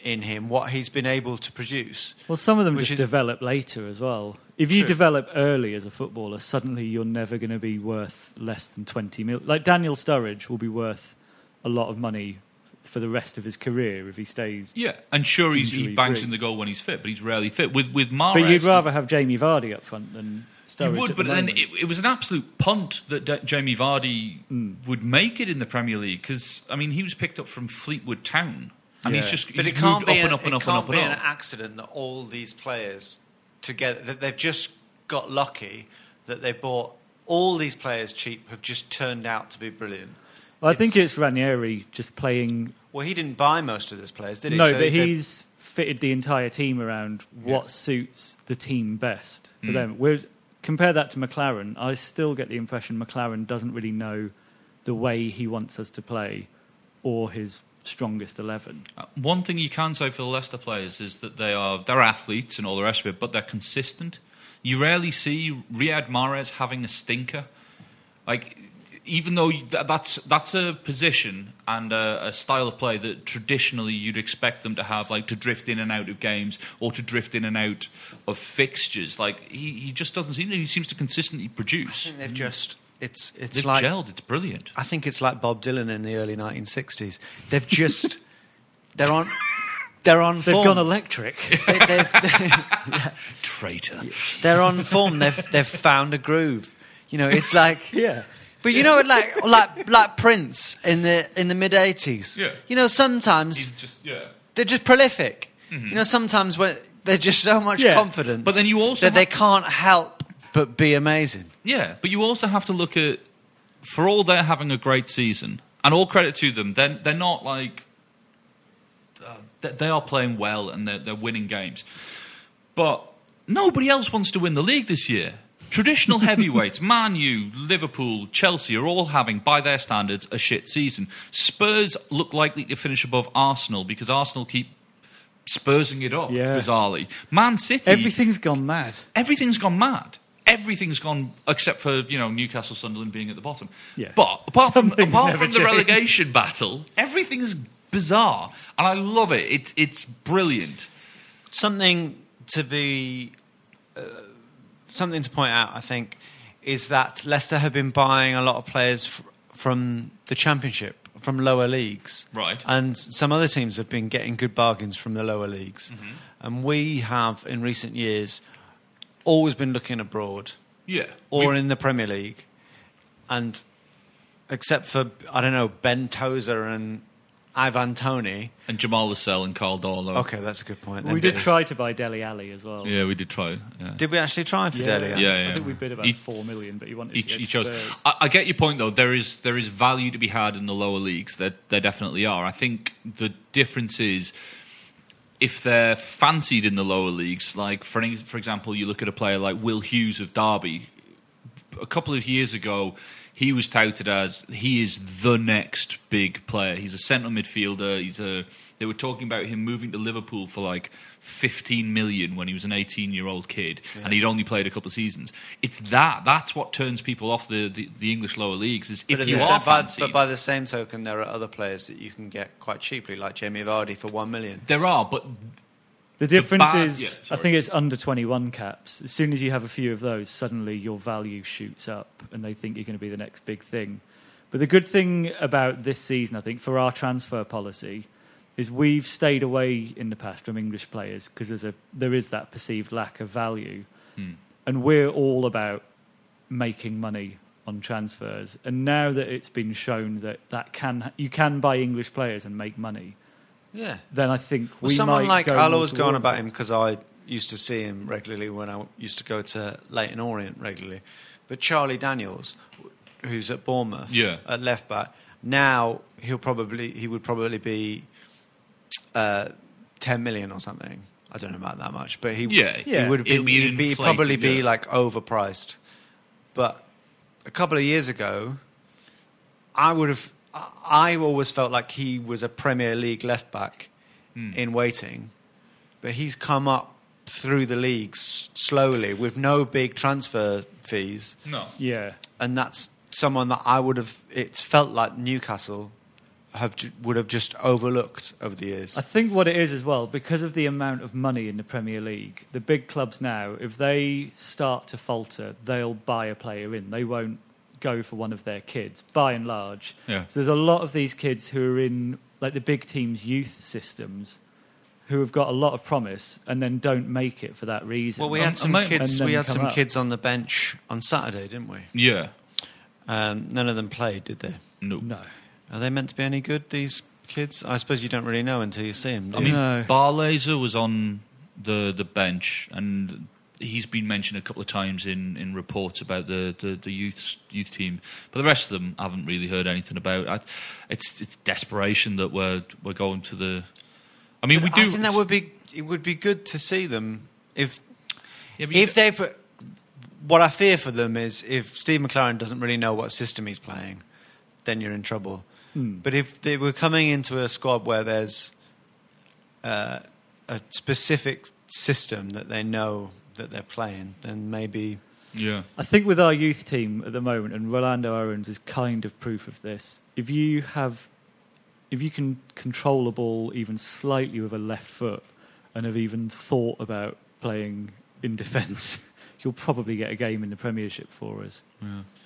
D: in him what he's been able to produce.
E: Well, some of them
D: Which
E: just
D: is-
E: develop later as well. If you
D: True.
E: develop early as a footballer, suddenly you're never going to be worth less than 20 mil. Like Daniel Sturridge will be worth a lot of money for the rest of his career if he stays.
C: Yeah, and sure he's, he
E: Injury
C: bangs
E: free.
C: in the goal when he's fit, but he's rarely fit. With with Mahrez,
E: But you'd rather have Jamie Vardy up front than
C: You
E: Sturridge.
C: would,
E: at the
C: but then
E: moment.
C: it, it was an absolute punt that D- Jamie Vardy
E: Mm.
C: would make it in the Premier League because I mean he was picked up from Fleetwood Town, and he's just
D: but
C: he's
D: it can't
C: moved
D: be
C: up
D: an,
C: and up and
D: it
C: up and
D: can't
C: up and
D: be
C: up.
D: an accident that all these players together that they've just got lucky that they bought all these players cheap have just turned out to be brilliant.
E: I think it's Ranieri just playing.
D: Well, he didn't buy most of those players, did he?
E: No,
D: So
E: but
D: they-
E: he's fitted the entire team around what suits the team best for
D: Mm.
E: them. Whereas, compare that to McLaren. I still get the impression McLaren doesn't really know the way he wants us to play or his strongest 11.
C: Uh, One thing you can say for the Leicester players is that they are they're athletes and all the rest of it, but they're consistent. You rarely see Riyad Mahrez having a stinker. Like, even though you- tha- that's that's a position and a, a style of play that traditionally you'd expect them to have, like to drift in and out of games or to drift in and out of fixtures. Like he, he just doesn't seem to. He seems to consistently produce.
D: I think they've just it's it's
C: They've
D: like
C: gelled. It's brilliant.
D: I think it's like Bob Dylan in the early 1960s. They've just they're on they're on
E: They've
D: form.
E: gone electric.
D: They- they've-
C: Traitor.
D: they're on form. They've they've found a groove. You know, it's like
E: yeah.
D: But you know, what, like like like Prince in the in the mid '80s.
C: Yeah.
D: You know, sometimes
C: Just yeah.
D: they're just prolific.
C: Mhm.
D: You know, sometimes when they're just so much
C: Yeah.
D: confidence.
C: But then you also
D: that they
C: have-
D: can't help but be amazing.
C: Yeah, but you also have to look at for all they're having a great season, and all credit to them. Then they're, not like uh, they, they are playing well and they're, they're winning games, but nobody else wants to win the league this year. Traditional heavyweights, Man U, Liverpool, Chelsea are all having, by their standards, a shit season. Spurs look likely to finish above Arsenal because Arsenal keep spursing it up bizarrely. Man City
E: Everything's gone mad.
C: everything's gone mad. Everything's gone except for you know Newcastle, Sunderland being at the bottom. But apart from
E: Something's
C: apart
E: never
C: from the
E: changed.
C: relegation battle, everything's bizarre, and I love it. It's it's brilliant.
D: Something to be uh, something to point out, I think, is that Leicester have been buying a lot of players f- from the Championship, from lower leagues.
C: Right.
D: And some other teams have been getting good bargains from the lower leagues. And we have, in recent years, always been looking abroad
C: Yeah.
D: or
C: We've-
D: in the Premier League. And except for, I don't know, Ben Tozer and Ivan Tony.
C: And Jamal Lascelles and Carl Darlow.
D: Okay, that's a good point.
E: we did try to buy Deli Alley as well.
C: Yeah, we did try. Yeah.
D: Did we actually try for
E: Yeah.
D: Deli?
C: Yeah, yeah.
E: I think we bid about
C: He-
E: four million, but he wanted
C: He,
E: to get
C: he chose. uh,
E: Spurs.
C: I, I get your point though. There is there is value to be had in the lower leagues. There there definitely are. I think the difference is if they're fancied in the lower leagues. Like for any, for example, you look at a player like Will Hughes of Derby. A couple of years ago, he was touted as he is the next big player. He's a central midfielder. He's a. They were talking about him moving to Liverpool for like 15 million when he was an 18 year old kid and he'd only played a couple of seasons. It's that. That's what turns people off the, the, the English lower leagues. Is if
D: But,
C: you
D: at the
C: are
D: sa- by,
C: fancied.
D: but by the same token, there are other players that you can get quite cheaply, like Jamie Vardy for one million.
C: there are, but
E: The difference
C: bar- yeah,
E: is, I think it's under 21 caps. As soon as you have a few of those, suddenly your value shoots up and they think you're going to be the next big thing. But the good thing about this season, I think, for our transfer policy, is we've stayed away in the past from English players because there's a there is that perceived lack of value,
C: Hmm.
E: and we're all about making money on transfers. And now that it's been shown that that can you can buy English players and make money,
D: Yeah.
E: then I think
D: Well,
E: we
D: someone
E: might
D: like
E: go
D: I'll
E: more
D: always go on
E: towards
D: about
E: it.
D: him because I used to see him regularly when I used to go to Leighton Orient regularly. But Charlie Daniels, who's at Bournemouth,
C: Yeah.
D: at left back, now he'll probably he would probably be uh, ten million or something. I don't know about that much, but he
C: Yeah.
D: he
C: Yeah.
D: would be,
C: It'll be
D: he'd be-
C: inflated,
D: probably be
C: yeah.
D: like overpriced. But a couple of years ago, I would have. I I always felt like he was a Premier League left back
C: Hmm.
D: in waiting, but he's come up through the leagues slowly with no big transfer fees,
C: no.
E: Yeah.
D: and that's someone that I would have. It's felt like Newcastle have ju- would have just overlooked over the years.
E: I think what it is as well, because of the amount of money in the Premier League, the big clubs now, if they start to falter, they'll buy a player in. They won't go for one of their kids, by and large.
C: Yeah.
E: So there's a lot of these kids who are in like the big teams' youth systems who have got a lot of promise and then don't make it for that reason.
D: well, we
C: Um,
D: had some
C: um,
D: kids.
E: and
D: We
E: then
D: had
E: come
D: some
E: up.
D: kids on the bench on Saturday, didn't we?
C: Yeah.
D: Um, none of them played, did they?
C: No.
E: No.
D: Are they meant to be any good? These kids? I suppose you don't really know until you see them. Do
C: I
D: you?
C: mean,
E: No.
C: Barlaser was on the the bench, and he's been mentioned a couple of times in, in reports about the, the, the youth youth team. But the rest of them, I haven't really heard anything about. I, it's it's desperation that we're we're going to the. I mean, we
D: I
C: do.
D: think that would be it would be good to see them if
C: Yeah, but you
D: if they put. What I fear for them is if Steve McLaren doesn't really know what system he's playing, then you're in trouble.
C: Hmm.
D: But if they were coming into a squad where there's uh, a specific system that they know that they're playing, then maybe
C: yeah,
E: I think with our youth team at the moment, and Rolando Owens is kind of proof of this. If you have, if you can control a ball even slightly with a left foot, and have even thought about playing in defence, you'll probably get a game in the Premiership for us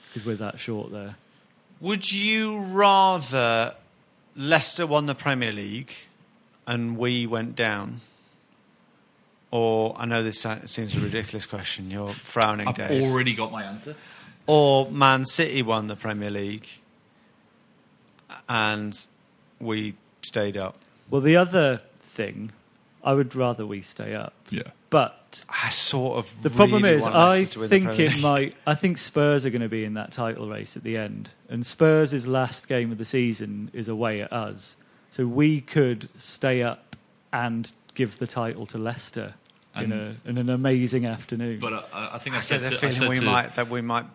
E: because we're that short there.
D: Would you rather Leicester won the Premier League and we went down? Or I know this sa- seems a ridiculous question. You're frowning,
C: I've
D: Dave.
C: already got my answer.
D: or Man City won the Premier League and we stayed up.
E: Well, the other thing, I would rather we stay up,
C: Yeah,
E: but
D: I sort of.
E: The problem
D: really
E: is,
D: want
E: I
D: Leicester to win the
E: think
D: Premier
E: it
D: League.
E: might. I think Spurs are going to be in that title race at the end, and Spurs' last game of the season is away at us, so we could stay up and give the title to Leicester in, a, in an amazing afternoon.
C: but I- I, I think I,
D: I
C: said
D: get
C: to,
D: the
C: I
D: feeling
C: said
D: we
C: to,
D: might that we might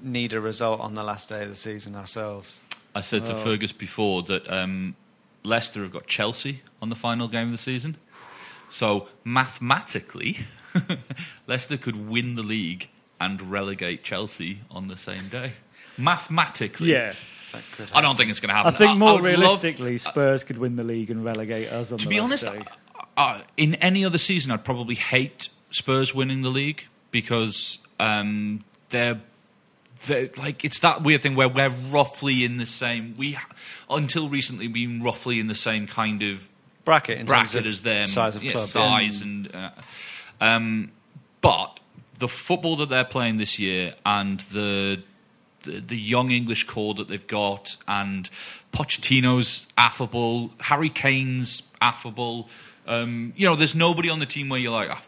D: need a result on the last day of the season ourselves.
C: I said
E: Oh.
C: to Fergus before that um, Leicester have got Chelsea on the final game of the season. So mathematically, Leicester could win the league and relegate Chelsea on the same day. Mathematically,
E: yeah,
D: That could
C: I don't think it's going to
E: I
C: happen.
E: think more
C: would love-
E: realistically, Spurs could win the league and relegate us. On
C: to
E: the
C: be
E: last
C: honest,
E: day.
C: I, I, in any other season, I'd probably hate Spurs winning the league because um, they're they're- like it's that weird thing where we're roughly in the same. We ha- until recently been roughly in the same kind of
D: Bracket in terms
C: bracket
D: of
C: as them
D: size of
C: yeah,
D: club,
C: size
D: yeah.
C: and uh, um, but the football that they're playing this year and the the, the young English core that they've got and Pochettino's affable, Harry Kane's affable. Um, you know, there's nobody on the team where you're like, "Ah,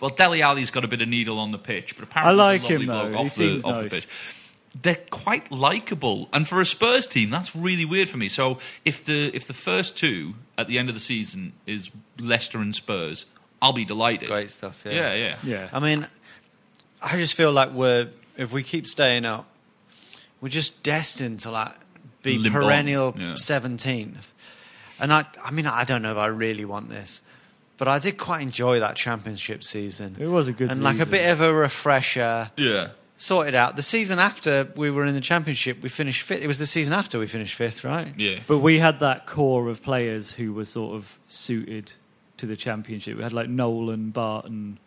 C: well, Deli Ali's got a bit of needle on the pitch, but apparently
E: I like
C: he's a lovely
E: him,
C: bloke
E: though.
C: Off
E: He
C: the,
E: seems
C: off the
E: nice.
C: pitch. They're quite likable, and for a Spurs team, that's really weird for me. So if the if the first two at the end of the season is Leicester and Spurs, I'll be delighted. Great
D: stuff.
C: Yeah, yeah,
D: I mean, I just feel like we're if we keep staying up, we're just destined to like be
C: Limp on,
D: perennial
C: yeah.
D: seventeenth. And I, I mean, I don't know if I really want this, but I did quite enjoy that championship season. It
E: was a good
D: and like a
E: season.
D: bit of a refresher.
C: yeah.
D: Sorted out. The season after we were in the championship, we finished fifth. It was the season after we finished fifth, right?
C: Yeah.
E: But we had that core of players who were sort of suited to the championship. We had like Nolan, Barton,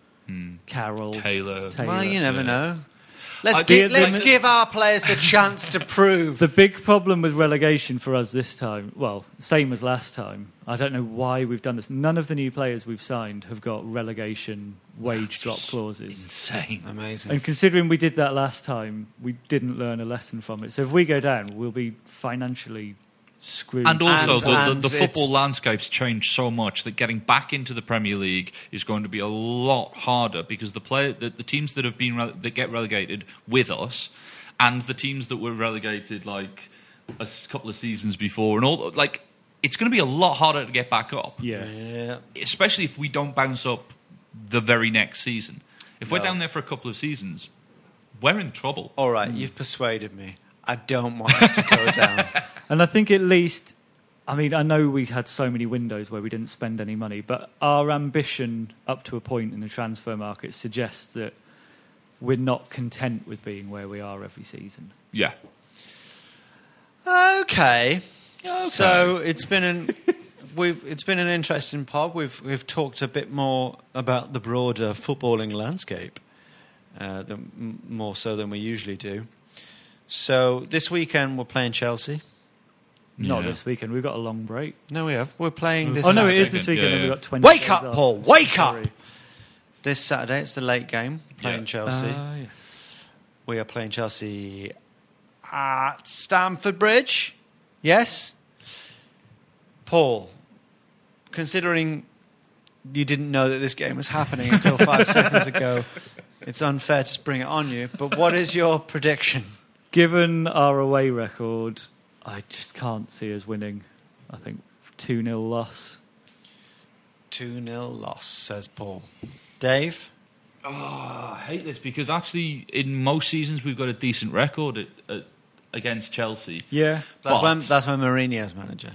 E: Carroll,
C: Hmm. Taylor.
D: Well, you never know.
E: I
D: Let's,
E: did-
D: give, let's
E: the-
D: give our players the chance to prove.
E: The big problem with relegation for us this time, well, same as last time. I don't know why we've done this. None of the new players we've signed have got relegation wage drop clauses.
C: Insane.
D: Amazing.
E: And considering we did that last time, we didn't learn a lesson from it. So if we go down, we'll be financially screwed.
C: And also, the, the, the football landscape's changed so much that getting back into the Premier League is going to be a lot harder because the player, the, the teams that have been rele- that get relegated with us, and the teams that were relegated like a s- couple of seasons before, and all like it's going to be a lot harder to get back up.
E: Yeah.
C: especially if we don't bounce up the very next season. If we're
D: No. Oh.
C: down there for a couple of seasons, we're in trouble.
D: All right, you've persuaded me. I don't want us to go down.
E: And I think at least, I mean, I know we had so many windows where we didn't spend any money, but our ambition up to a point in the transfer market suggests that we're not content with being where we are every season.
C: Yeah.
D: Okay. So it's been an we've it's been an interesting pod. We've we've talked a bit more about the broader footballing landscape, uh, than, m- more so than we usually do. So this weekend we're playing Chelsea.
E: Not this weekend. We've got a long break.
D: No, we have. We're playing this.
E: oh no, it is
D: Saturday.
E: this weekend. and We've got twenty.
D: Wake
E: days
D: up,
E: off.
D: Paul! Wake
E: Sorry.
D: up! This Saturday it's the late game playing
C: Yeah.
D: Chelsea.
E: Ah, yes.
D: We are playing Chelsea at Stamford Bridge. Yes? Paul, considering you didn't know that this game was happening until five seconds ago, it's unfair to spring it on you, but what is your prediction?
E: Given our away record, I just can't see us winning. I think two 0 loss.
D: 2 0 loss, says Paul. Dave?
C: Oh, I hate this because actually, in most seasons, we've got a decent record at, at, against Chelsea.
E: Yeah.
D: That's
C: But-
D: when, that's when Mourinho's manager.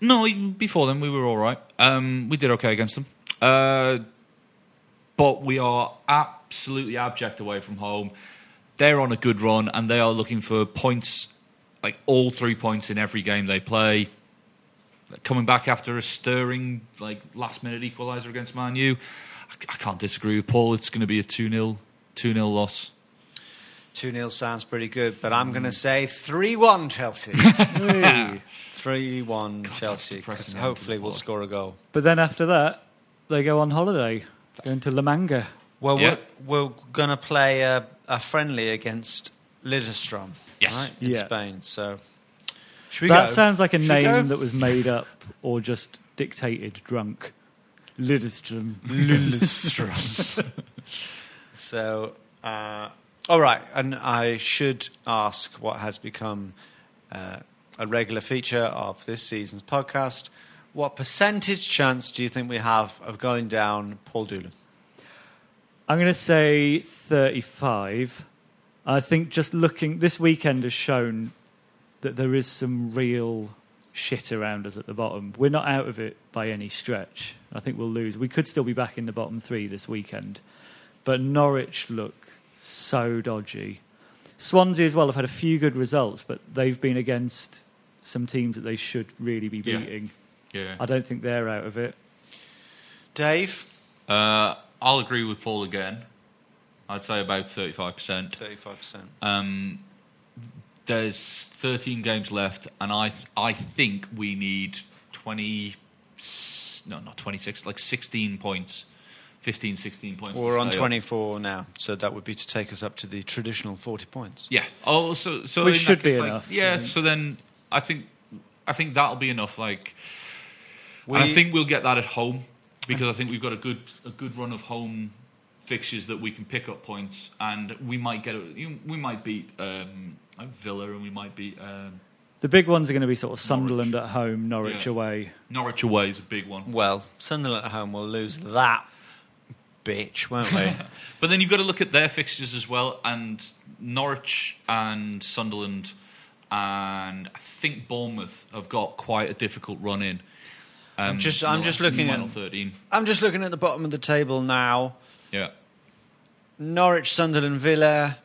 C: No, even before then, we were all right. Um, we did okay against them. Uh, but we are absolutely abject away from home. They're on a good run and they are looking for points, like all three points in every game they play. Coming back after a stirring, like last minute equaliser against Man U. I, I can't disagree with Paul. It's going to be a 2 0 2 0 loss.
D: 2 0 sounds pretty good, but I'm going to say 3 1 Chelsea. 3 1 Chelsea. 'cause
C: depressing end to
D: Hopefully, we'll score a goal.
E: But then after that, they go on holiday, going to La Manga.
D: Well,
C: Yeah.
D: we're, we're going to play a, a friendly against Lidstrom.
C: Yes.
D: Right, in
E: Yeah.
D: Spain. So, should we
E: That
D: go?
E: sounds like a
D: Should we go?
E: name that was made up or just dictated drunk. Lidstrom.
D: Lidstrom. so, uh, all right. And I should ask what has become uh, a regular feature of this season's podcast. What percentage chance do you think we have of going down Paul Doolan?
E: I'm going to say 35. I think just looking this weekend has shown that there is some real shit around us at the bottom. We're not out of it by any stretch. I think we'll lose. We could still be back in the bottom three this weekend, but Norwich look so dodgy. Swansea as well have had a few good results, but they've been against some teams that they should really be
C: Yeah.
E: beating.
C: Yeah.
E: I don't think they're out of it.
D: Dave?
C: Uh, I'll agree with Paul again. I'd say about 35%.
D: 35%.
C: Um, there's 13 games left, and I I think we need 20. No, not 26. Like 16 points, 15, 16 points. to uh,
D: We're on
C: stay up.
D: 24 now, so that would be to take us up to the traditional 40 points.
C: Yeah. Oh, so so
D: Which
C: in that
D: should be
C: case, like,
D: enough, I
C: Yeah.
D: think.
C: So then I think I think that'll be enough. Like, and I
D: We-
C: think we'll get that at home because I think we've got a good a good run of home fixtures that we can pick up points, and we might get a, you- we might beat um, like Villa and we might beat um,
E: The big ones are going to be sort of Sunderland at home, Norwich
C: Yeah.
E: away.
C: Norwich away is a big one.
D: Well, Sunderland at home will lose that bitch, won't we?
C: but then you've got to look at their fixtures as well, and Norwich and Sunderland, and I think Bournemouth have got quite a difficult run in. Um,
D: I'm just- I'm just
C: in the
D: looking at-
C: final thirteen.
D: I'm just looking at the bottom of the table now.
C: Yeah.
D: Norwich, Sunderland, Villa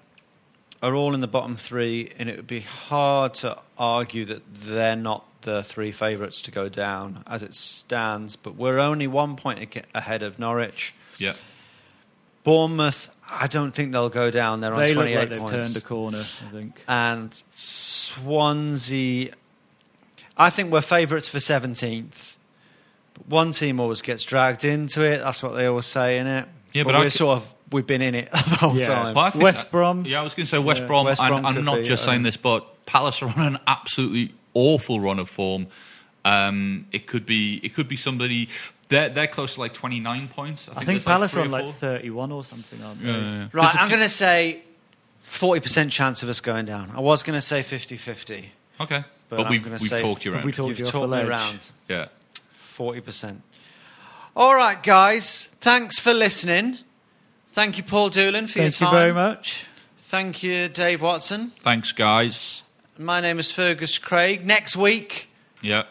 D: are all in the bottom three, and it would be hard to argue that they're not the three favourites to go down as it stands. But we're only one point ac- ahead of Norwich.
C: Yeah.
D: Bournemouth, I don't think they'll go down. They're on
E: They look
D: 28
E: like they've
D: points.
E: turned a corner, I think.
D: And Swansea, I think we're favourites for 17th. But one team always gets dragged into it. That's what they always say, innit?
C: Yeah,
D: but,
C: but I
D: we're
C: c-
D: sort of we've been in it the whole time.
C: Well, I think
E: West
C: that-
E: Brom.
C: Yeah, I was going to say West
D: Yeah.
C: Brom.
D: West
C: and
D: Brom
C: I'm
D: could
C: not
D: be,
C: just
D: I
C: saying
D: think.
C: this, but Palace are on an absolutely awful run of form. Um, it could be. It could be somebody. They're they're close to like 29 points. I
E: I
C: think,
E: think
C: there's, like,
E: Palace
C: three
E: are on
C: or
E: like
C: four.
E: 31 or something, aren't they?
C: Yeah, yeah, yeah.
D: Right, I'm going to say 40% chance of us going down. I was going to say 50 50.
C: Okay.
D: But,
C: But
D: I'm
C: we've-
D: gonna
C: we've
D: say
C: talked you round. We
E: talked
D: You've
E: you off
D: talked
E: the
D: me
E: ledge.
D: around.
C: Yeah.
D: 40%. All right, guys. Thanks for listening. Thank you, Paul Doolin, for
E: Thank
D: your
E: you
D: time.
E: very much.
D: Thank you, Dave Watson.
C: Thanks, guys.
D: My name is Fergus Craig. Next week,
C: Yeah.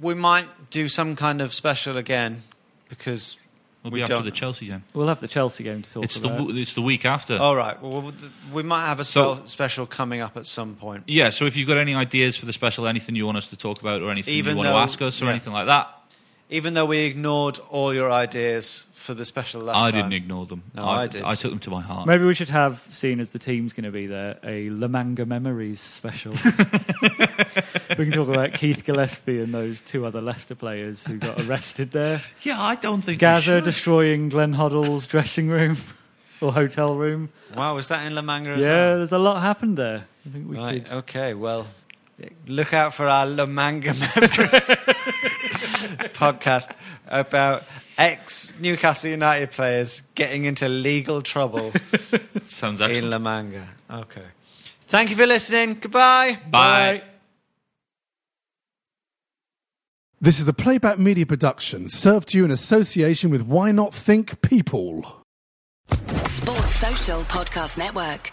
D: we might do some kind of special again because
C: We'll
D: we
C: be after
D: don't.
C: the Chelsea game.
E: We'll have the Chelsea game to talk
C: It's the
E: about.
C: w- it's the week after.
D: All right. Well, we'll- we might have a
C: So-
D: spe- special coming up at some point.
C: Yeah, so if you've got any ideas for the special, anything you want us to talk about, or anything
D: Even
C: you want
D: though-
C: to ask us, or
D: yeah.
C: anything like that,
D: Even though we ignored all your ideas for the special last
C: I
D: time.
C: didn't ignore them.
D: No, I did.
C: I took them to my heart.
E: Maybe we should have, seeing as the team's going to be there, a Lamanga Memories special. we can talk about Keith Gillespie and those two other Leicester players who got arrested there.
C: Yeah, I don't think we
E: Gaza
C: should.
E: destroying Glenn Hoddle's dressing room or hotel room.
D: Wow, was that in La Manga? as
E: Yeah,
D: well?
E: there's a lot happened there. I think we
D: Right.
E: could.
D: Okay. Well, look out for our La Manga members podcast about ex Newcastle United players getting into legal trouble
C: Sounds
D: in
C: excellent.
D: La Manga. Okay. Thank you for listening. Goodbye.
C: Bye.
F: This is a playback media production served to you in association with Why Not Think People.
G: Sports Social Podcast Network.